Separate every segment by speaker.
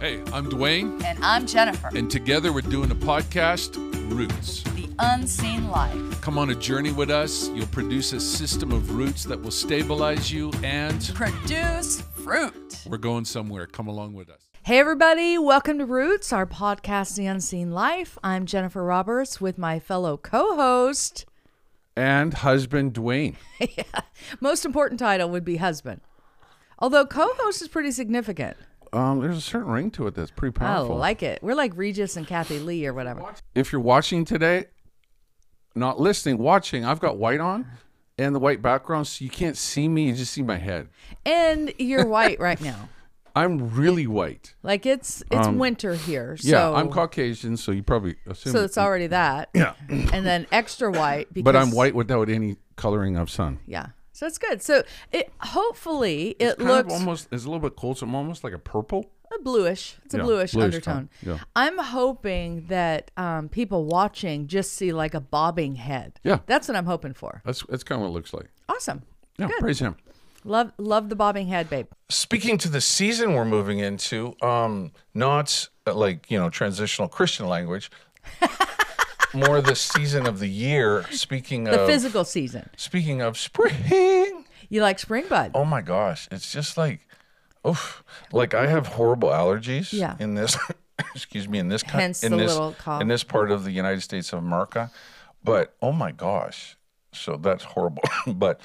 Speaker 1: Hey, I'm Dwayne,
Speaker 2: And I'm Jennifer,
Speaker 1: and together we're doing a podcast, Roots.
Speaker 2: The Unseen Life.
Speaker 1: Come on a journey with us. You'll produce a system of roots that will stabilize you, and
Speaker 2: Produce fruit.
Speaker 1: we're going somewhere. Come along with us.
Speaker 3: Hey, everybody, welcome to Roots, our podcast, The Unseen Life. I'm Jennifer Roberts with my fellow co host.
Speaker 1: And husband Dwayne.
Speaker 3: Most important title would be husband, although co host is pretty significant.
Speaker 1: Um, there's a certain ring to it that's pretty
Speaker 3: I Oh, like it. We're like Regis and Kathy Lee or whatever.
Speaker 1: if you're watching today, not listening, watching, I've got white on and the white background, so you can't see me. You just see my head.
Speaker 3: And you're white right now.
Speaker 1: I'm really white.
Speaker 3: Like it's it's winter here. So,
Speaker 1: Um, Yeah, I'm Caucasian, so you probably assume.
Speaker 3: So it's already that. Yeah. and then extra white because.
Speaker 1: but I'm white without any coloring of sun.
Speaker 3: Yeah. So it's good. So it hopefully it
Speaker 1: Kind of
Speaker 3: looks
Speaker 1: almost. It's a little bit cold, so I'm almost like a purple.
Speaker 3: a bluish. It's a
Speaker 1: Yeah,
Speaker 3: bluish,
Speaker 1: bluish
Speaker 3: undertone.
Speaker 1: tone, yeah.
Speaker 3: I'm hoping that um, people watching just see like a bobbing head.
Speaker 1: Yeah.
Speaker 3: that's what I'm hoping for.
Speaker 1: That's that's kind of what it looks like.
Speaker 3: Awesome.
Speaker 1: Yeah, praise him.
Speaker 3: Love, love the bobbing head, babe.
Speaker 4: speaking to the season we're moving into, um, not uh, like you know transitional Christian language, more the season of the year. Speaking
Speaker 3: The
Speaker 1: Oh.
Speaker 4: of
Speaker 3: physical season.
Speaker 4: speaking of spring,
Speaker 3: You like spring bud?
Speaker 4: oh my gosh, it's just like, oof, like I have horrible allergies.
Speaker 3: Yeah.
Speaker 4: In this, excuse me, in this coun-
Speaker 3: Hence
Speaker 4: in
Speaker 3: the
Speaker 4: this
Speaker 3: little cough.
Speaker 4: in this part of the United States of America, but oh my gosh, so that's horrible. but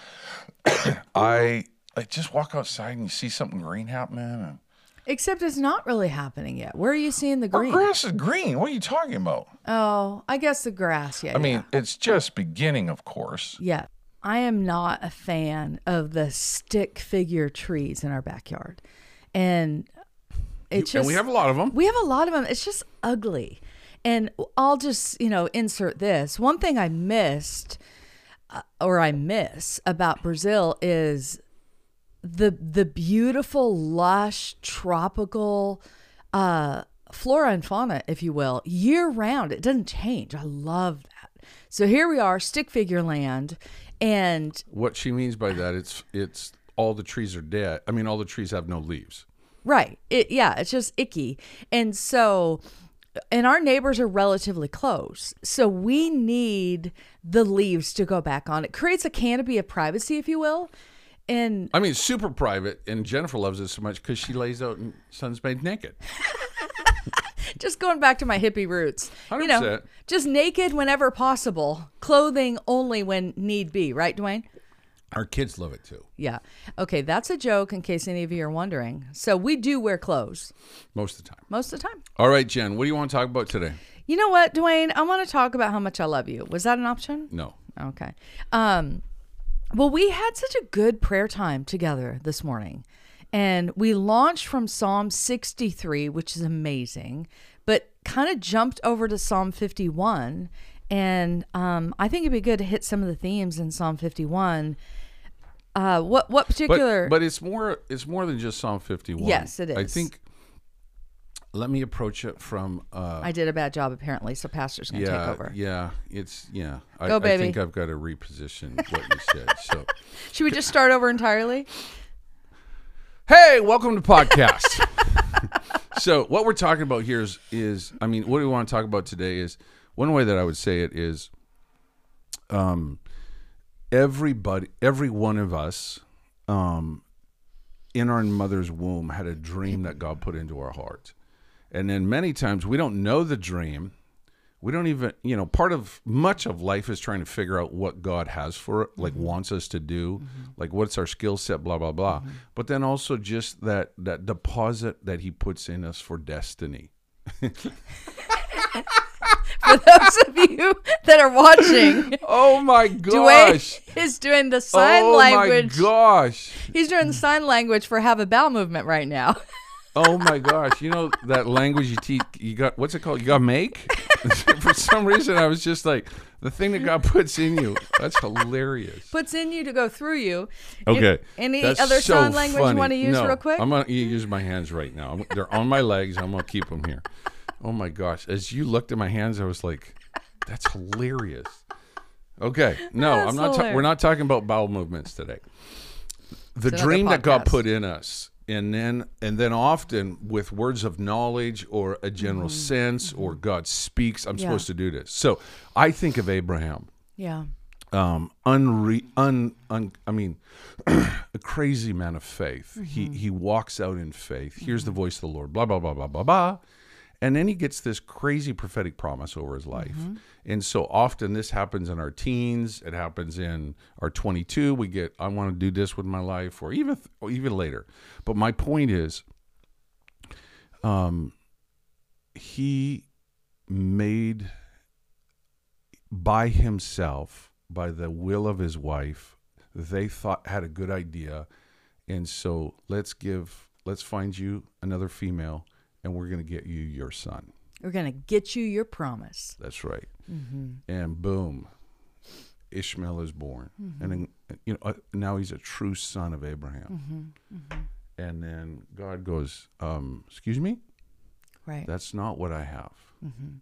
Speaker 4: I. I just walk outside and you see something green happening, and
Speaker 3: Except it's not really happening yet. Where are you seeing the
Speaker 1: Oh,
Speaker 4: Our
Speaker 3: green?
Speaker 4: Oh, grass is green. What are you talking about?
Speaker 3: Oh, I guess the grass. Yeah.
Speaker 4: I mean, it's just beginning, of course.
Speaker 3: Yeah. I am not a fan of the stick figure trees in our backyard. And it's just
Speaker 1: and we have a lot of them.
Speaker 3: We have a lot of them. It's just ugly. And I'll just, you know, insert this. One thing I missed uh, or I miss about Brazil is the the beautiful lush tropical uh flora and fauna, if you will, year round. It doesn't change. I love that. So here we are, stick figure land, and
Speaker 1: What she means by that, it's it's all the trees are dead. I mean, all the trees have no leaves.
Speaker 3: Right. It yeah, it's just icky. And so and our neighbors are relatively close. So we need the leaves to go back on. It creates a canopy of privacy, if you will. And
Speaker 1: I mean, it's super private, and Jennifer loves it so much because she lays out in sunbathed naked.
Speaker 3: just going back to my hippie roots. You know,
Speaker 1: 100%.
Speaker 3: just naked whenever possible, clothing only when need be, right, Dwayne?
Speaker 1: Our kids love it too.
Speaker 3: Yeah. Okay, that's a joke in case any of you are wondering. So we do wear clothes
Speaker 1: Most of the time.
Speaker 3: most of the time.
Speaker 1: All right, Jen, what do you want to talk about today?
Speaker 3: You know what, Dwayne? I want to talk about how much I love you. Was that an option?
Speaker 1: No.
Speaker 3: Okay. Um, well, we had such a good prayer time together this morning. And we launched from Psalm 63, which is amazing, but kind of jumped over to Psalm 51. And um, I think it'd be good to hit some of the themes in Psalm 51. Uh, what
Speaker 1: But,
Speaker 3: what particular?
Speaker 1: but it's more it's more than just Psalm 51.
Speaker 3: Yes, it
Speaker 1: I
Speaker 3: is.
Speaker 1: think let me approach it from uh
Speaker 3: I did a bad job apparently, so pastor's gonna
Speaker 1: yeah,
Speaker 3: take over.
Speaker 1: yeah, it's yeah. I,
Speaker 3: Go,
Speaker 1: I
Speaker 3: baby.
Speaker 1: think I've got to reposition what you said. So,
Speaker 3: Should we just start over entirely?
Speaker 1: hey, welcome to podcast. so, what we're talking about here is is I mean, what we want to talk about today is one way that I would say it is um everybody every one of us um in our mother's womb had a dream that God put into our heart. And then many times we don't know the dream. We don't even, you know, part of much of life is trying to figure out what God has for, like wants us to do, like what's our skill set, blah blah blah. But then also just that that deposit that He puts in us for destiny.
Speaker 3: For those of you that are watching,
Speaker 1: Oh my
Speaker 3: Dwayne
Speaker 1: gosh!
Speaker 3: is doing the sign
Speaker 1: oh
Speaker 3: language.
Speaker 1: my gosh!
Speaker 3: He's doing the sign language for have a bowel movement right now.
Speaker 1: Oh my gosh! You know that language you teach? You got what's it called? You got make? for some reason, I was just like the thing that God puts in you. That's hilarious.
Speaker 3: Puts in you to go through you.
Speaker 1: Okay.
Speaker 3: Any
Speaker 1: That's
Speaker 3: other
Speaker 1: so
Speaker 3: sign language
Speaker 1: funny.
Speaker 3: you want to use
Speaker 1: No,
Speaker 3: real quick?
Speaker 1: I'm gonna use my hands right now. I'm- they're on my legs. I'm gonna keep them here. Oh my gosh! As you looked at my hands, I was like, "That's hilarious." Okay, no, I'm not. Ta-
Speaker 3: hilarious.
Speaker 1: we're not talking about bowel movements today. The
Speaker 3: another
Speaker 1: dream that God
Speaker 3: podcast.
Speaker 1: put in us and then and then often with words of knowledge or a general sense or God speaks, I'm
Speaker 3: Mm. Yeah.
Speaker 1: supposed to do this. So I think of Abraham,
Speaker 3: Yeah.
Speaker 1: um, unre- un, un, I mean, a crazy man of faith. He he walks out in faith, hears the voice of the Lord, blah blah blah blah blah blah, and then he gets this crazy prophetic promise over his life. And so often this happens in our teens. It happens in our 22. We get I want to do this with my life, or even or even later. But my point is, um, he made by himself by the will of his wife they thought had a good idea and so let's give let's find you another female and we're going to get you your son
Speaker 3: We're going to get you your promise.
Speaker 1: that's right and boom ishmael is born and then you know uh, now he's a true son of abraham and then god goes um, excuse me
Speaker 3: Right.
Speaker 1: that's not what I have.
Speaker 3: Mm-hmm.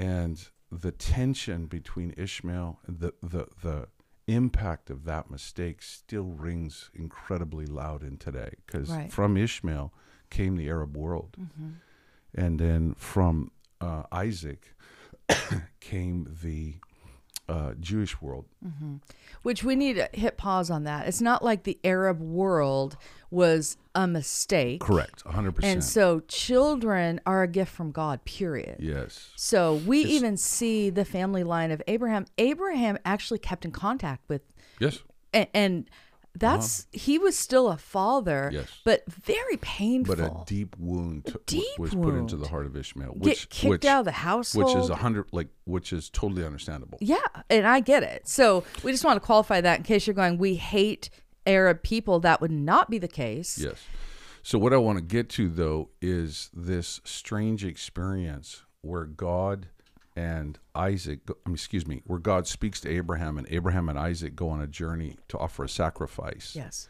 Speaker 1: And the tension between Ishmael, the, the, the impact of that mistake still rings incredibly loud in today because
Speaker 3: Right. Mm-hmm.
Speaker 1: from Ishmael came the Arab world. And then from uh, Isaac came the uh, Jewish world.
Speaker 3: Which we need to hit pause on that. It's not like the Arab world was a mistake.
Speaker 1: Correct, 100%.
Speaker 3: And so children are a gift from God, period.
Speaker 1: yes.
Speaker 3: So we even see the family line of Abraham. Abraham actually kept in contact with,
Speaker 1: Yes.
Speaker 3: and, and that's he was still a father,
Speaker 1: Uh-huh. Yes.
Speaker 3: but very painful.
Speaker 1: But a deep wound t- w-
Speaker 3: deep
Speaker 1: was put into the
Speaker 3: wound.
Speaker 1: heart of Ishmael,
Speaker 3: Get
Speaker 1: which
Speaker 3: kicked
Speaker 1: which,
Speaker 3: out of the
Speaker 1: which is
Speaker 3: household.
Speaker 1: a hundred like which is totally understandable.
Speaker 3: Yeah, and I get it. So we just want to qualify that in case you're going, we hate Arab people. That would not be the case.
Speaker 1: Yes. So what I want to get to though is this strange experience where God and Isaac, go- I mean, excuse me, where God speaks to Abraham and Abraham and Isaac go on a journey to offer a sacrifice.
Speaker 3: Yes.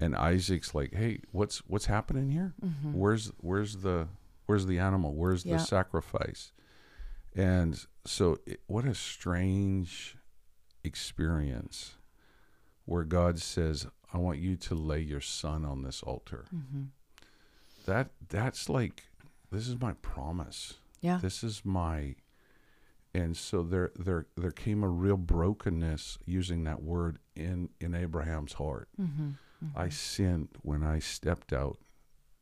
Speaker 1: And Isaac's like, "Hey, what's what's happening here? Where's where's the where's the animal? Where's
Speaker 3: Yeah.
Speaker 1: the sacrifice?" And so it, what a strange experience where God says, "I want you to lay your son on this altar." That that's like this is my promise.
Speaker 3: Yeah.
Speaker 1: This is my and so there there there came a real brokenness using that word in in Abraham's heart. I sinned when I stepped out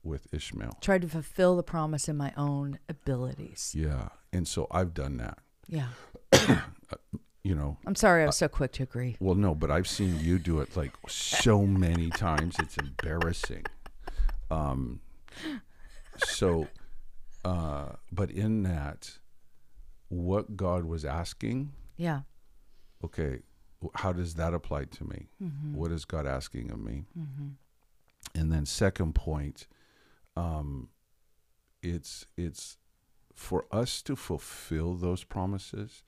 Speaker 1: with Ishmael.
Speaker 3: Tried to fulfill the promise in my own abilities.
Speaker 1: Yeah. And so I've done that.
Speaker 3: Yeah.
Speaker 1: You know,
Speaker 3: I'm sorry I was so quick to agree.
Speaker 1: Well, no, but I've seen you do it like so many times. It's embarrassing. Um, so, uh, but in that, what God was asking,
Speaker 3: Yeah.
Speaker 1: okay, wh- how does that apply to me? What is God asking of me? And then, second point, um, it's it's for us to fulfill those promises,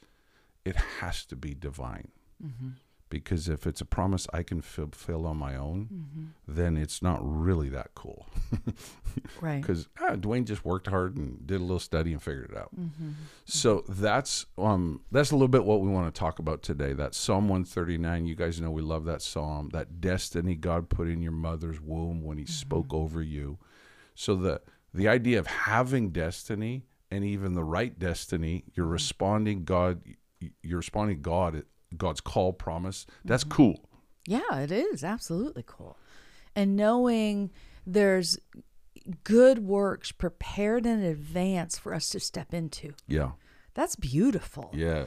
Speaker 1: it has to be divine
Speaker 3: Mm-hmm.
Speaker 1: because if it's a promise I can fulfill on my own,
Speaker 3: Mm-hmm.
Speaker 1: then it's not really that cool.
Speaker 3: Right.
Speaker 1: Because ah, Dwayne just worked hard and did a little study and figured it out.
Speaker 3: Mm-hmm.
Speaker 1: So that's um that's a little bit what we want to talk about today. That Psalm 139. You guys know we love that psalm. That destiny God put in your mother's womb when He spoke over you. So the the idea of having destiny and even the right destiny, you're responding God. You're responding God. God's call, promise. That's cool.
Speaker 3: Yeah, it is absolutely cool. And knowing there's good works prepared in advance for us to step into.
Speaker 1: Yeah.
Speaker 3: That's beautiful.
Speaker 1: Yeah.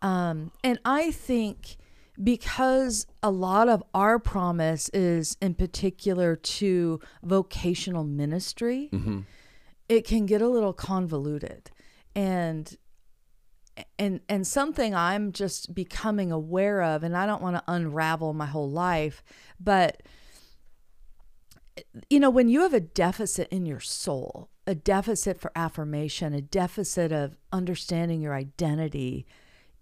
Speaker 3: Um, And I think because a lot of our promise is in particular to vocational ministry, it can get a little convoluted. And and and something I'm just becoming aware of and I don't want to unravel my whole life, but you know, when you have a deficit in your soul, a deficit for affirmation, a deficit of understanding your identity,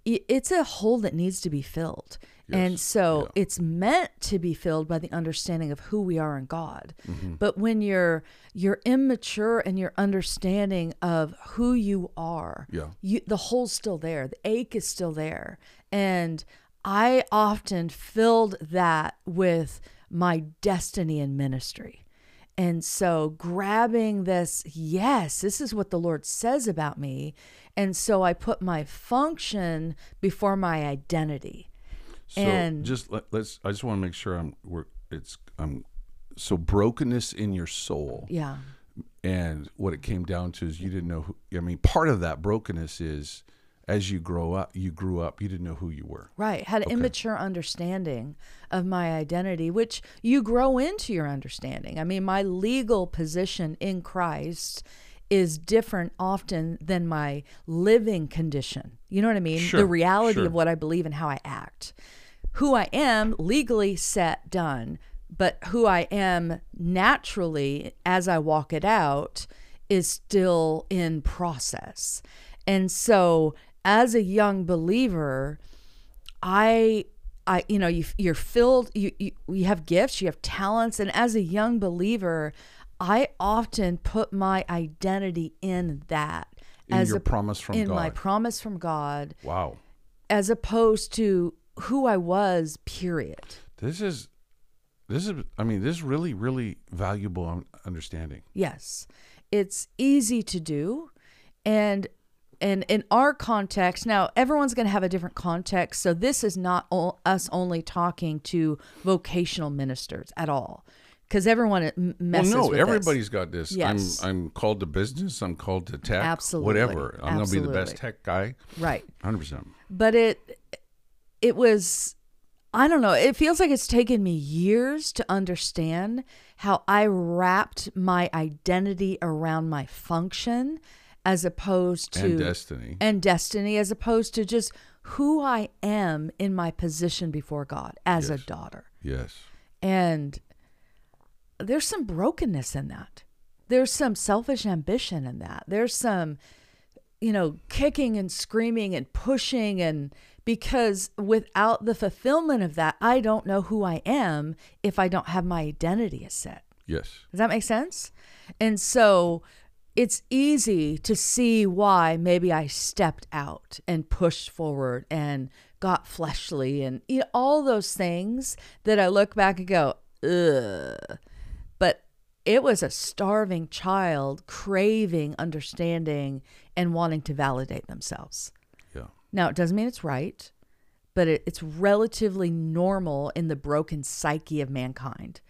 Speaker 3: i- it's a hole that needs to be filled. And so it's meant to be filled by the understanding of who we are in God. But when you're you're immature and your understanding of who you are,
Speaker 1: Yeah.
Speaker 3: you, the hole's still there, the ache is still there. And I often filled that with my destiny in ministry. And so grabbing this, yes, this is what the Lord says about me. And so I put my function before my identity.
Speaker 1: So
Speaker 3: And-
Speaker 1: just let, let's. I just want to make sure I'm. We're. It's. I'm. So brokenness in your soul,
Speaker 3: Yeah.
Speaker 1: and what it came down to is you didn't know. Who, I mean, part of that brokenness is as you grow up, you grew up, you didn't know who you were.
Speaker 3: Right. Had an immature understanding of my identity, which you grow into your understanding. I mean, my legal position in Christ is different often than my living condition. You know what I mean?
Speaker 1: Sure,
Speaker 3: the reality
Speaker 1: sure.
Speaker 3: of what I believe and how I act. Who I am, legally set, done, but who I am naturally as I walk it out is still in process. And so, as a young believer, I, I, you know, you, you're filled. You, you, you have gifts. You have talents. And as a young believer, I often put my identity in that
Speaker 1: In
Speaker 3: as
Speaker 1: your
Speaker 3: a
Speaker 1: promise from
Speaker 3: in my
Speaker 1: God.
Speaker 3: promise from God,
Speaker 1: Wow.
Speaker 3: as opposed to who I was. Period.
Speaker 1: This is. This is. I mean, this is really, really valuable un- understanding.
Speaker 3: Yes, it's easy to do, and and in our context now, everyone's going to have a different context. So this is not o- us only talking to vocational ministers at all, because everyone m- messes
Speaker 1: well, no,
Speaker 3: with this.
Speaker 1: everybody's got this.
Speaker 3: Yes.
Speaker 1: I'm. I'm called to business. I'm called to tech.
Speaker 3: Absolutely.
Speaker 1: Whatever. I'm going to be the best
Speaker 3: Absolutely.
Speaker 1: tech guy.
Speaker 3: right.
Speaker 1: Hundred percent.
Speaker 3: but it it was I don't know. It feels like it's taken me years to understand how I wrapped my identity around my function as opposed to
Speaker 1: And destiny.
Speaker 3: and destiny as opposed to just who I am in my position before God as a daughter.
Speaker 1: Yes.
Speaker 3: And there's some brokenness in that. There's some selfish ambition in that. There's some, you know, kicking and screaming and pushing. And because without the fulfillment of that, I don't know who I am if I don't have my identity as set.
Speaker 1: Yes.
Speaker 3: Does that make sense? And so it's easy to see why maybe I stepped out and pushed forward and got fleshly and you know, all those things that I look back and go, ugh. But it was a starving child craving understanding and wanting to validate themselves.
Speaker 1: Yeah.
Speaker 3: Now, it doesn't mean it's right, but it, it's relatively normal in the broken psyche of mankind.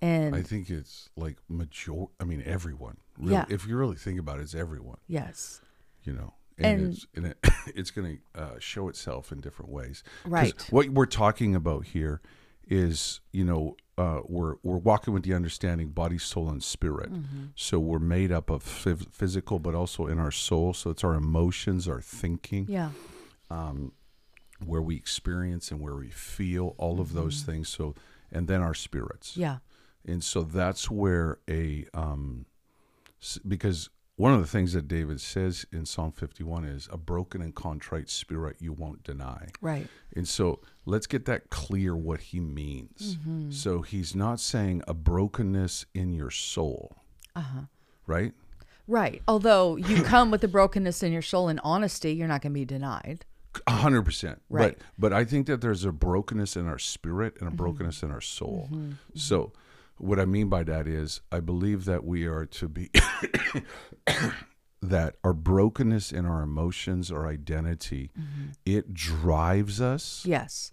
Speaker 3: And
Speaker 1: I think it's like major. I mean, everyone. Really,
Speaker 3: Yeah.
Speaker 1: If you really think about it, it's everyone.
Speaker 3: yes.
Speaker 1: You know, and,
Speaker 3: And-
Speaker 1: it's and it, it's going to uh, show itself in different ways. 'Cause
Speaker 3: Right.
Speaker 1: What we're talking about here is, you know, uh, we're we're walking with the understanding body, soul, and spirit.
Speaker 3: Mm-hmm.
Speaker 1: So we're made up of phys- physical, but also in our soul. So it's our emotions, our thinking.
Speaker 3: Yeah.
Speaker 1: where we experience and where we feel all of those
Speaker 3: Mm-hmm.
Speaker 1: things so and then our spirits
Speaker 3: Yeah.
Speaker 1: and so that's where a um s- because one of the things that david says in psalm 51 is a broken and contrite spirit you won't deny
Speaker 3: Right.
Speaker 1: and so let's get that clear what he means so he's not saying a brokenness in your soul right
Speaker 3: Right. Although you come with the brokenness in your soul and honesty, you're not going to be denied.
Speaker 1: A hundred percent.
Speaker 3: Right.
Speaker 1: But but I think that there's a brokenness in our spirit and a brokenness in our soul. So what I mean by that is I believe that we are to be that our brokenness in our emotions, our identity, it drives us
Speaker 3: Yes.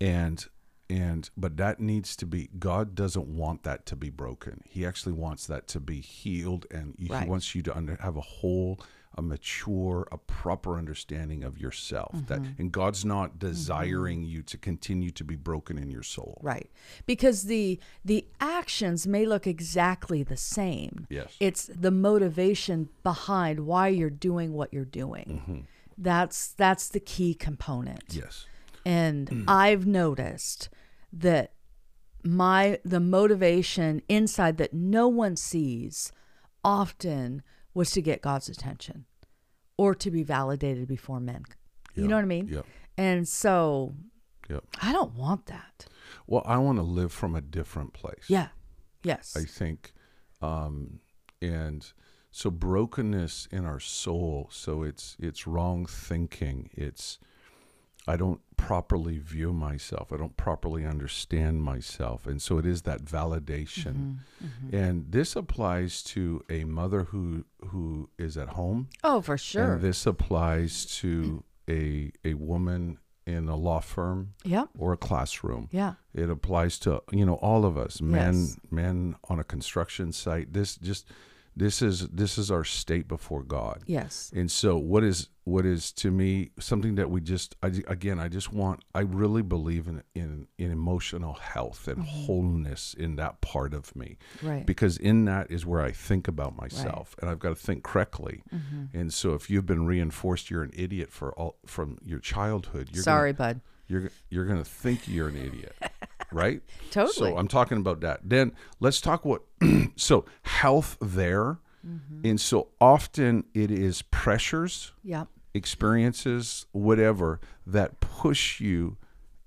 Speaker 1: and and but that needs to be God doesn't want that to be broken. He actually wants that to be healed and
Speaker 3: Right.
Speaker 1: he wants you to under, have a whole a mature, a proper understanding of yourself.
Speaker 3: Mm-hmm.
Speaker 1: That and God's not desiring you to continue to be broken in your soul.
Speaker 3: Right. Because the the actions may look exactly the same.
Speaker 1: Yes.
Speaker 3: It's the motivation behind why you're doing what you're doing. That's that's the key component.
Speaker 1: Yes. Mm.
Speaker 3: And I've noticed that my the motivation inside that no one sees often was to get God's attention or to be validated before men. You know what I mean?
Speaker 1: Yep.
Speaker 3: And so
Speaker 1: Yep.
Speaker 3: I don't want that.
Speaker 1: Well, I want to live from a different place.
Speaker 3: Yeah. Yes.
Speaker 1: I think. Um, and so brokenness in our soul. So it's it's wrong thinking. It's I don't properly view myself. I don't properly understand myself. And so it is that validation. And this applies to a mother who who is at home
Speaker 3: Oh, for sure.
Speaker 1: and this applies to a a woman in a law firm
Speaker 3: yep.
Speaker 1: or a classroom.
Speaker 3: Yeah.
Speaker 1: It applies to you know all of us, men
Speaker 3: Yes.
Speaker 1: men on a construction site. This just this is this is our state before God.
Speaker 3: Yes.
Speaker 1: And so what is what is to me something that we just I, again I just want I really believe in in, in emotional health and
Speaker 3: Mm-hmm.
Speaker 1: wholeness in that part of me.
Speaker 3: Right.
Speaker 1: Because in that is where I think about myself and I've got to think correctly.
Speaker 3: Mm-hmm.
Speaker 1: And so if you've been reinforced you're an idiot for all from your childhood, you're gonna-
Speaker 3: Sorry, bud.
Speaker 1: you're you're gonna think you're an idiot, right?
Speaker 3: Totally.
Speaker 1: So I'm talking about that. Then let's talk what so health there, and so often it is pressures,
Speaker 3: Yep.
Speaker 1: experiences, whatever that push you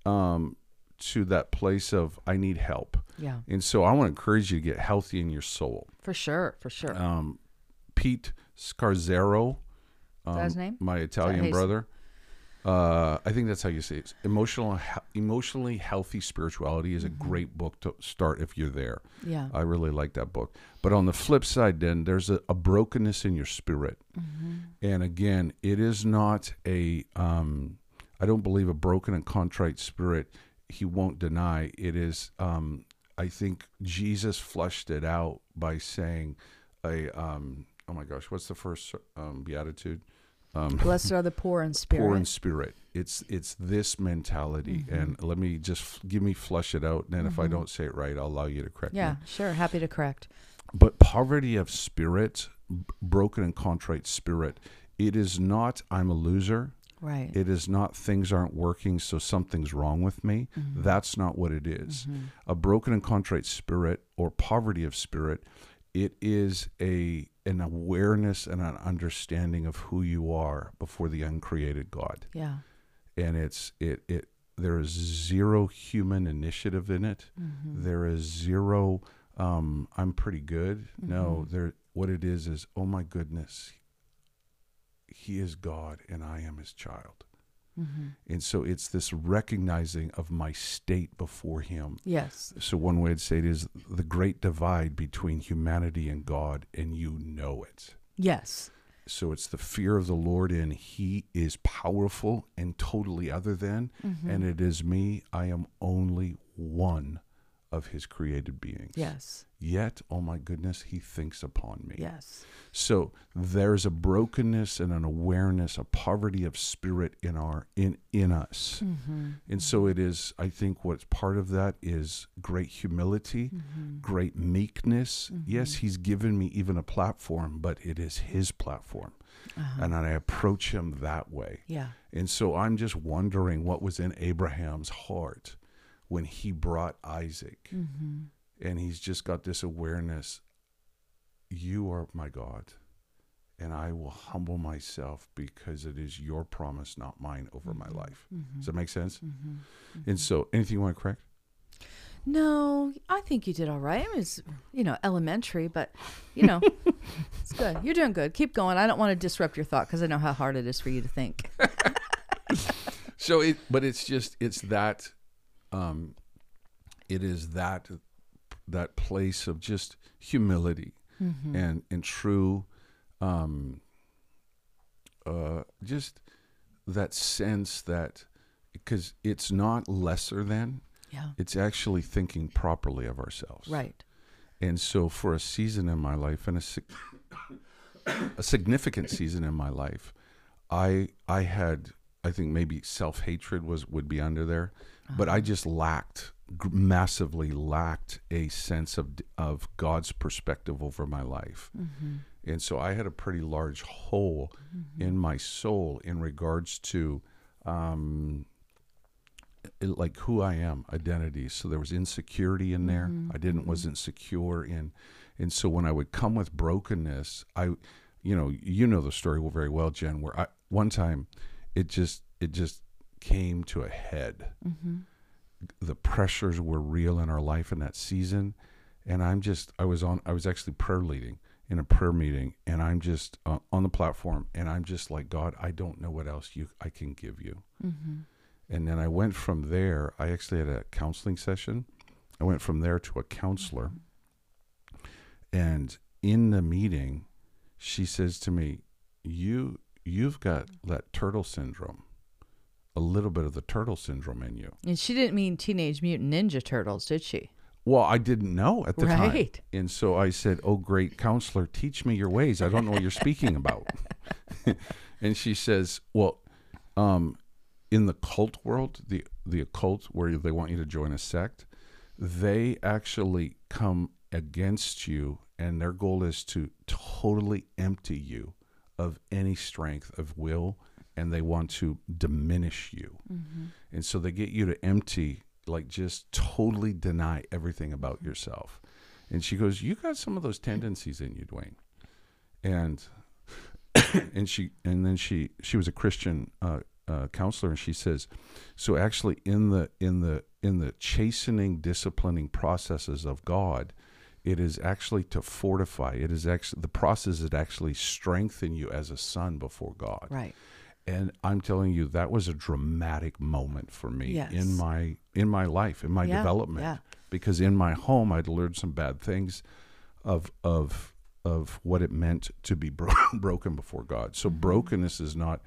Speaker 1: um, to that place of I need help.
Speaker 3: Yeah.
Speaker 1: And so I want to encourage you to get healthy in your soul.
Speaker 3: For sure. For sure.
Speaker 1: Um, Pete Scarzero, um,
Speaker 3: Is that his name?
Speaker 1: my
Speaker 3: how
Speaker 1: Italian
Speaker 3: you say-
Speaker 1: brother. Uh, I think that's how you say it. Emotional, he- emotionally healthy spirituality is a
Speaker 3: Mm-hmm.
Speaker 1: great book to start if you're there.
Speaker 3: Yeah.
Speaker 1: I really like that book. But on the flip side, then there's a, a brokenness in your spirit,
Speaker 3: Mm-hmm.
Speaker 1: and again, it is not a. Um, I don't believe a broken and contrite spirit he won't deny. It is. Um, I think Jesus flushed it out by saying, "A um, oh my gosh, what's the first um, beatitude?" Um,
Speaker 3: Blessed are the poor in spirit. Mm-hmm.
Speaker 1: poor in spirit. It's it's this mentality, and let me just f- give me flush it out. And then if I don't say it right, I'll allow you to correct me
Speaker 3: yeah. Sure. Happy to correct.
Speaker 1: but poverty of spirit, b- broken and contrite spirit, it is not I'm a loser.
Speaker 3: Right.
Speaker 1: It is not things aren't working, so something's wrong with me.
Speaker 3: Mm-hmm.
Speaker 1: That's not what it is. A broken and contrite spirit or poverty of spirit, it is a an awareness and an understanding of who you are before the uncreated God
Speaker 3: yeah.
Speaker 1: and it's it it there is zero human initiative in it.
Speaker 3: Mm-hmm.
Speaker 1: There is zero. Um, I'm pretty good. No, there. What it is is, oh my goodness, he is God and I am his child.
Speaker 3: Mm-hmm.
Speaker 1: And so it's this recognizing of my state before him.
Speaker 3: Yes.
Speaker 1: So one way to say it is the great divide between humanity and God, and you know it.
Speaker 3: Yes.
Speaker 1: So it's the fear of the Lord, and He is powerful and totally other than,
Speaker 3: Mm-hmm.
Speaker 1: and it is me. I am only one of His created beings.
Speaker 3: Yes.
Speaker 1: Yet, oh my goodness, He thinks upon me.
Speaker 3: Yes.
Speaker 1: So there's a brokenness and an awareness, a poverty of spirit in our in in us,
Speaker 3: Mm-hmm.
Speaker 1: and so it is. I think what's part of that is great humility, great meekness. Yes, He's given me even a platform, but it is His platform, and I approach Him that way.
Speaker 3: Yeah.
Speaker 1: And so I'm just wondering what was in Abraham's heart when he brought Isaac. And he's just got this awareness you are my God, and I will humble myself because it is your promise, not mine, over my life. Does that make sense? And so, anything you want to correct?
Speaker 3: No, I think you did all right. It was, you know, elementary, but you know, it's good. You're doing good. Keep going. I don't want to disrupt your thought because I know how hard it is for you to think.
Speaker 1: so it but it's just it's that um it is that that place of just humility and and true um uh just that sense that because it's not lesser than
Speaker 3: Yeah.
Speaker 1: it's actually thinking properly of ourselves
Speaker 3: Right.
Speaker 1: and so, for a season in my life, and a, sig- a significant season in my life, I I had I think maybe self hatred was would be under there, but I just lacked gr- massively lacked a sense of d- of God's perspective over my life, and so I had a pretty large hole in my soul in regards to. Um, it- like who I am, identity. So there was insecurity in there. I didn't wasn't secure in, and so when I would come with brokenness, I, you know, you know the story very well, Jen. Where I one time, it just it just came to a head. The pressures were real in our life in that season, and I'm just I was on I was actually prayer leading in a prayer meeting, and I'm just uh, on the platform, and I'm just like God, I don't know what else you I can give you And then I went from there. I actually had a counseling session. I went from there to a counselor. And in the meeting, she says to me, "You you've got that turtle syndrome. A little bit of the turtle syndrome in you."
Speaker 3: And she didn't mean Teenage Mutant Ninja Turtles, did she?
Speaker 1: Well, I didn't know at the time.
Speaker 3: Right.
Speaker 1: And so I said, Oh, great counselor, teach me your ways. I don't know what you're speaking about. and she says, Well, um, in the cult world, the, the occult, where they want you to join a sect, they actually come against you, and their goal is to totally empty you of any strength of will, and they want to diminish you. And so they get you to empty, like just totally deny everything about yourself. And she goes, You got some of those tendencies in you, Dwayne. And and she and then she she was a Christian uh, uh, counselor and she says, So actually in the in the in the chastening, disciplining processes of God, it is actually to fortify. It is actually the process that actually strengthen you as a son before God.
Speaker 3: Right.
Speaker 1: And I'm telling you, that was a dramatic moment for me
Speaker 3: Yes.
Speaker 1: in my in my life, in my
Speaker 3: Yeah,
Speaker 1: development.
Speaker 3: yeah.
Speaker 1: Because in my home, I'd learned some bad things of of of what it meant to be bro- broken before God.
Speaker 3: Mm-hmm.
Speaker 1: So brokenness is not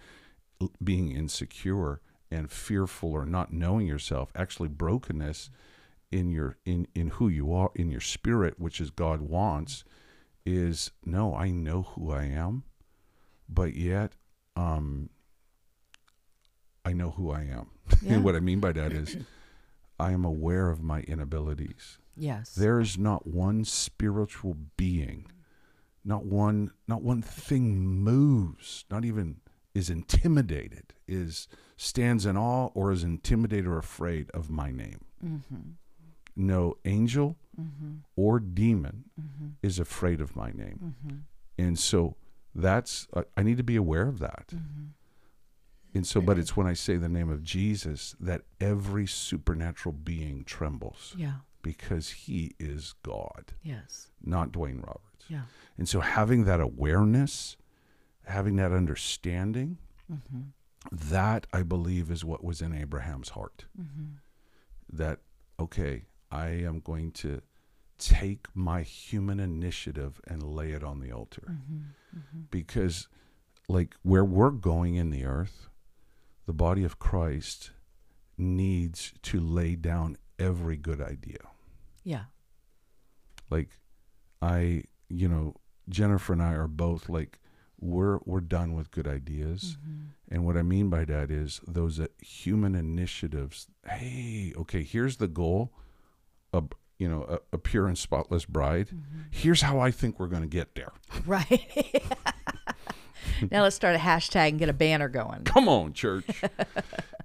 Speaker 1: l- being insecure and fearful or not knowing yourself. Actually, brokenness in your in in who you are in your spirit, which is God wants, is no. I know who I am, but yet. Um, I know who I am.
Speaker 3: Yeah.
Speaker 1: and what I mean by that is I am aware of my inabilities.
Speaker 3: Yes.
Speaker 1: There is not one spiritual being, not one not one thing moves, not even is intimidated, is stands in awe or is intimidated or afraid of my name. No angel or demon is afraid of my name. And so that's I I need to be aware of that. And so, but it's when I say the name of Jesus that every supernatural being trembles
Speaker 3: yeah.
Speaker 1: because he is God,
Speaker 3: Yes.
Speaker 1: not Dwayne Roberts.
Speaker 3: Yeah.
Speaker 1: And so, having that awareness, having that understanding, that I believe is what was in Abraham's heart. That, okay, I am going to take my human initiative and lay it on the altar. Because, like, where we're going in the earth, the body of Christ needs to lay down every good idea
Speaker 3: Yeah.
Speaker 1: like i you know jennifer and i are both like we're we're done with good ideas and what i mean by that is those uh, human initiatives hey okay here's the goal a you know a, a pure and spotless bride here's how i think we're going to get there
Speaker 3: Right. now let's start a hashtag and get a banner going.
Speaker 1: come on church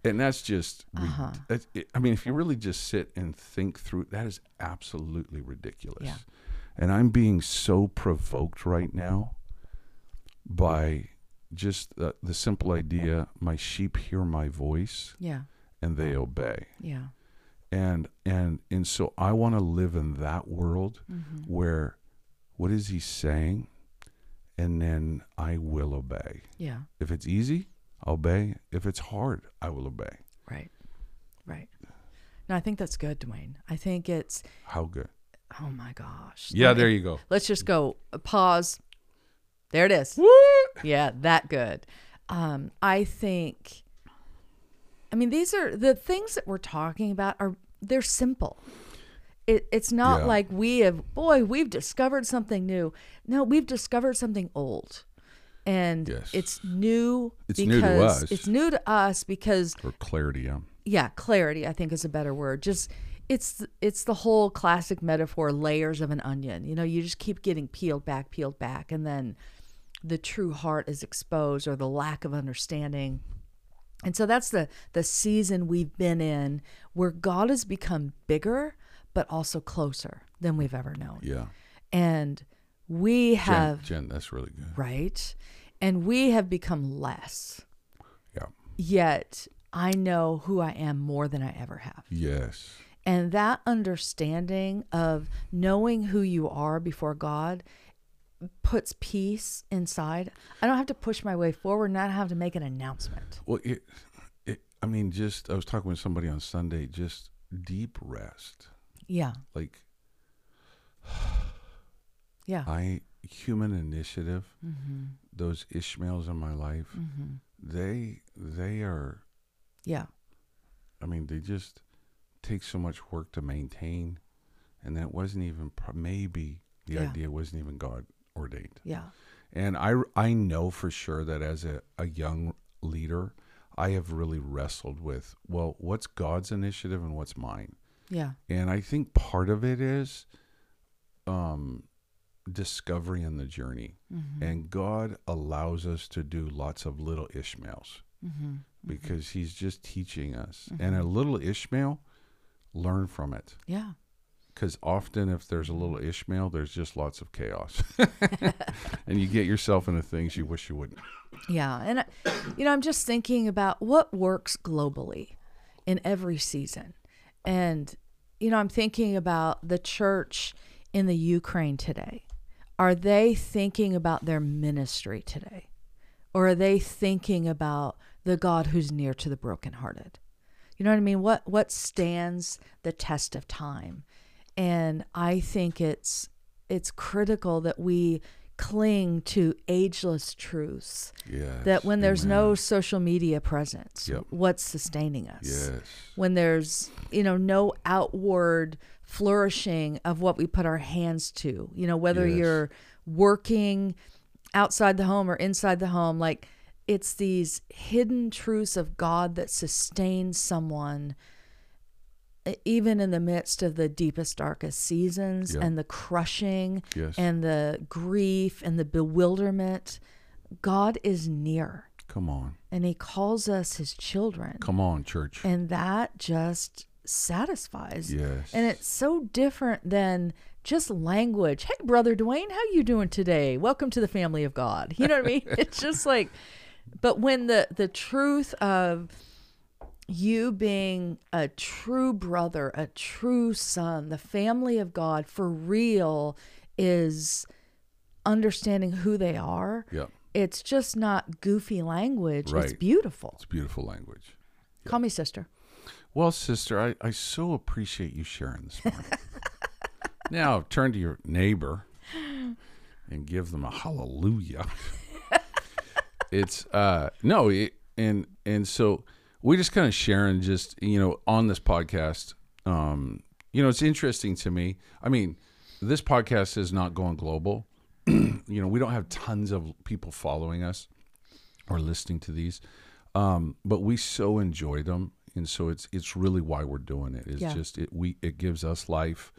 Speaker 1: and that's just rid- that's- it- i mean if you really just sit and think through that is absolutely ridiculous
Speaker 3: Yeah.
Speaker 1: and i'm being so provoked right now by just the, the simple idea my sheep hear my voice
Speaker 3: Yeah.
Speaker 1: and they obey
Speaker 3: Yeah.
Speaker 1: and and and so I want to live in that world where what is he saying and then I will obey
Speaker 3: Yeah.
Speaker 1: if it's easy, I'll obey. If it's hard, I will obey.
Speaker 3: Right. Right. No, I think that's good, Dwayne. I think it's
Speaker 1: How good?
Speaker 3: oh my gosh.
Speaker 1: Yeah, there you go.
Speaker 3: Let's just go uh, pause. There it is. Yeah, that good. Um, I think I mean these are the things that we're talking about are they're simple. It, it's not
Speaker 1: Yeah.
Speaker 3: like we have boy, we've discovered something new. No, we've discovered something old. And
Speaker 1: Yes.
Speaker 3: it's new
Speaker 1: It's new to
Speaker 3: because
Speaker 1: us.
Speaker 3: it's new to us because
Speaker 1: Or clarity, um,
Speaker 3: yeah clarity i think is a better word just it's it's the whole classic metaphor layers of an onion you know you just keep getting peeled back peeled back and then the true heart is exposed or the lack of understanding and so that's the the season we've been in where god has become bigger but also closer than we've ever known
Speaker 1: yeah.
Speaker 3: and we
Speaker 1: Jen,
Speaker 3: have
Speaker 1: Jen, that's really good.
Speaker 3: right and we have become less
Speaker 1: Yeah.
Speaker 3: yet I know who I am more than I ever have.
Speaker 1: Yes.
Speaker 3: And that understanding of knowing who you are before God puts peace inside. I don't have to push my way forward and I don't have to make an announcement.
Speaker 1: Well, it, it, I mean, just I was talking with somebody on Sunday. Just deep rest,
Speaker 3: Yeah.
Speaker 1: like
Speaker 3: Yeah.
Speaker 1: I human initiative. Those Ishmaels in my life,
Speaker 3: Mm-hmm.
Speaker 1: they they are.
Speaker 3: yeah.
Speaker 1: I mean, they just take so much work to maintain, and that wasn't even pro- maybe the
Speaker 3: Yeah.
Speaker 1: idea wasn't even God ordained.
Speaker 3: Yeah.
Speaker 1: And I I know for sure that as a, a young leader, I have really wrestled with well, what's God's initiative and what's mine.
Speaker 3: Yeah.
Speaker 1: And I think part of it is um discovery in the journey. And God allows us to do lots of little Ishmaels because he's just teaching us. And a little Ishmael learn from it
Speaker 3: Yeah.
Speaker 1: because often if there's a little Ishmael, there's just lots of chaos, and you get yourself into things you wish you wouldn't.
Speaker 3: Yeah. And, I, you know, I'm just thinking about what works globally in every season. And, you know, I'm thinking about the church in the Ukraine today. Are they thinking about their ministry today? Or are they thinking about the God who's near to the brokenhearted? You know what I mean? What what stands the test of time? And I think it's it's critical that we cling to ageless truths
Speaker 1: Yeah.
Speaker 3: that when there's no social media presence
Speaker 1: Yep.
Speaker 3: what's sustaining us
Speaker 1: Yes.
Speaker 3: when there's you know no outward flourishing of what we put our hands to you know whether
Speaker 1: Yes.
Speaker 3: you're working outside the home or inside the home like it's these hidden truths of god that sustain someone e- even in the midst of the deepest darkest seasons
Speaker 1: Yep.
Speaker 3: and the crushing
Speaker 1: Yes.
Speaker 3: and the grief and the bewilderment god is near
Speaker 1: Come on,
Speaker 3: and he calls us his children
Speaker 1: come on, church.
Speaker 3: and that just satisfies
Speaker 1: Yes.
Speaker 3: and it's so different than just language hey brother dwayne how you doing today welcome to the family of god you know what i mean it's just like but when the the truth of you being a true brother a true son the family of god for real is understanding who they are
Speaker 1: Yep.
Speaker 3: it's just not goofy language it's
Speaker 1: Right.
Speaker 3: beautiful
Speaker 1: It's beautiful language.
Speaker 3: call me sister
Speaker 1: Well, sister, I, I so appreciate you sharing this morning. now turn to your neighbor and give them a hallelujah. it's uh no, it, and and so we just kind of sharing just you know on this podcast. Um, you know, it's interesting to me. I mean, this podcast is not going global. you know, we don't have tons of people following us or listening to these um, but we so enjoy them and so it's it's really why we're doing it it's
Speaker 3: Yeah.
Speaker 1: just it we it gives us life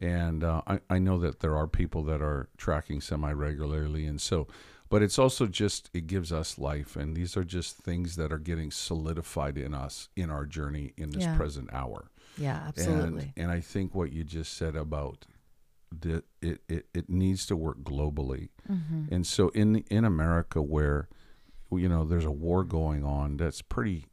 Speaker 1: and uh, I, I know that there are people that are tracking semi regularly and so but it's also just it gives us life and these are just things that are getting solidified in us in our journey in this
Speaker 3: Yeah.
Speaker 1: present hour
Speaker 3: yeah absolutely
Speaker 1: and, and I think what you just said about the it it, it needs to work globally, and so in in America where you know there's a war going on that's pretty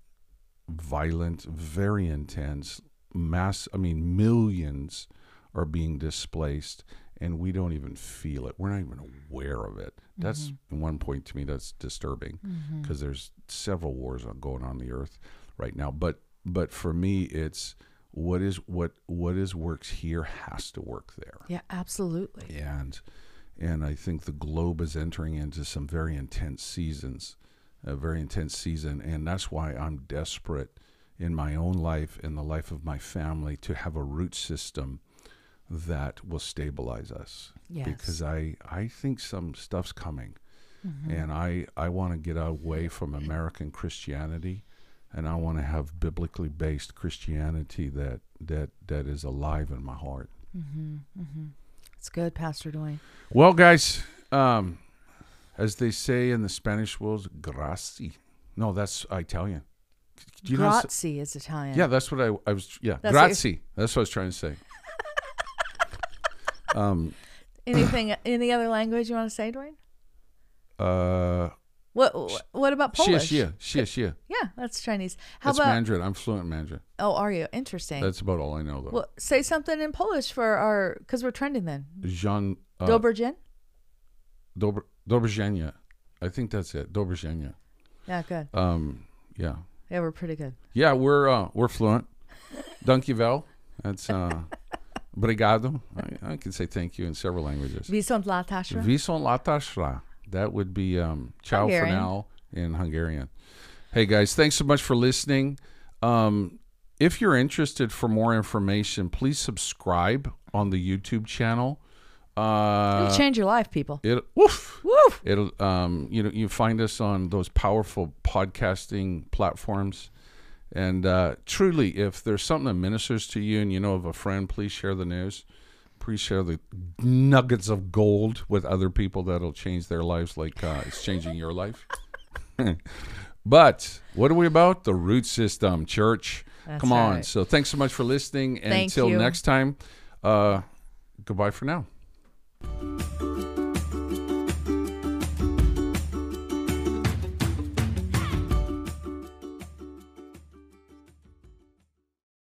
Speaker 1: violent, very intense, mass. I mean, millions are being displaced, and we don't even feel it. We're not even aware of it. That's at one point to me that's disturbing because there's several wars on- going on the earth right now. But but for me, it's what is what what is works here has to work there
Speaker 3: Yeah, absolutely.
Speaker 1: and and I think the globe is entering into some very intense seasons, a very intense season, and that's why I'm desperate in my own life and the life of my family to have a root system that will stabilize us
Speaker 3: Yes.
Speaker 1: because I I think some stuff's coming, and I I want to get away from American Christianity, and I want to have biblically based Christianity that that that is alive in my heart.
Speaker 3: It's good, Pastor Dwayne.
Speaker 1: Well, guys, um, as they say in the Spanish world, grazie. No, that's Italian. Do you know?
Speaker 3: Grazie is Italian.
Speaker 1: Yeah, that's what I, I was. Yeah,
Speaker 3: That's what you-
Speaker 1: grazie. That's what I was trying to say.
Speaker 3: Anything, any other language you want to say, Dwayne?
Speaker 1: Uh,
Speaker 3: What What about
Speaker 1: shia,
Speaker 3: Polish?
Speaker 1: shia, shia, shia.
Speaker 3: Yeah, that's Chinese. How
Speaker 1: That's
Speaker 3: about?
Speaker 1: Mandarin. I'm fluent in Mandarin.
Speaker 3: Oh, are you interesting?
Speaker 1: That's about all I know, though.
Speaker 3: well, say something in Polish for our, because we're trending then.
Speaker 1: Jean uh, Dobr-
Speaker 3: Dobry dzień.
Speaker 1: Dobrzenia. I think that's it. Dobrzenia.
Speaker 3: Yeah, good.
Speaker 1: Um, yeah.
Speaker 3: yeah, we're pretty good.
Speaker 1: Yeah, we're uh, we're fluent. Dunkeyvel. That's uh, obrigado. I, I can say thank you in several languages.
Speaker 3: Visont la tasha.
Speaker 1: Vison latashra. That would be um, ciao
Speaker 3: Hungarian.
Speaker 1: for now in Hungarian. Hey guys, thanks so much for listening. Um, if you're interested for more information, please subscribe on the YouTube channel. Uh,
Speaker 3: It'll change your life, people.
Speaker 1: it woof.
Speaker 3: Woo!
Speaker 1: It'll um you know you find us on those powerful podcasting platforms. And uh, truly, if there's something that ministers to you and you know of a friend, please share the news. Please share the nuggets of gold with other people that'll change their lives like uh, it's changing your life. but what are we about? The root system, church. Come on.
Speaker 3: right.
Speaker 1: So thanks so much for listening. And
Speaker 3: Thank
Speaker 1: until
Speaker 3: you.
Speaker 1: next time, uh, goodbye for now.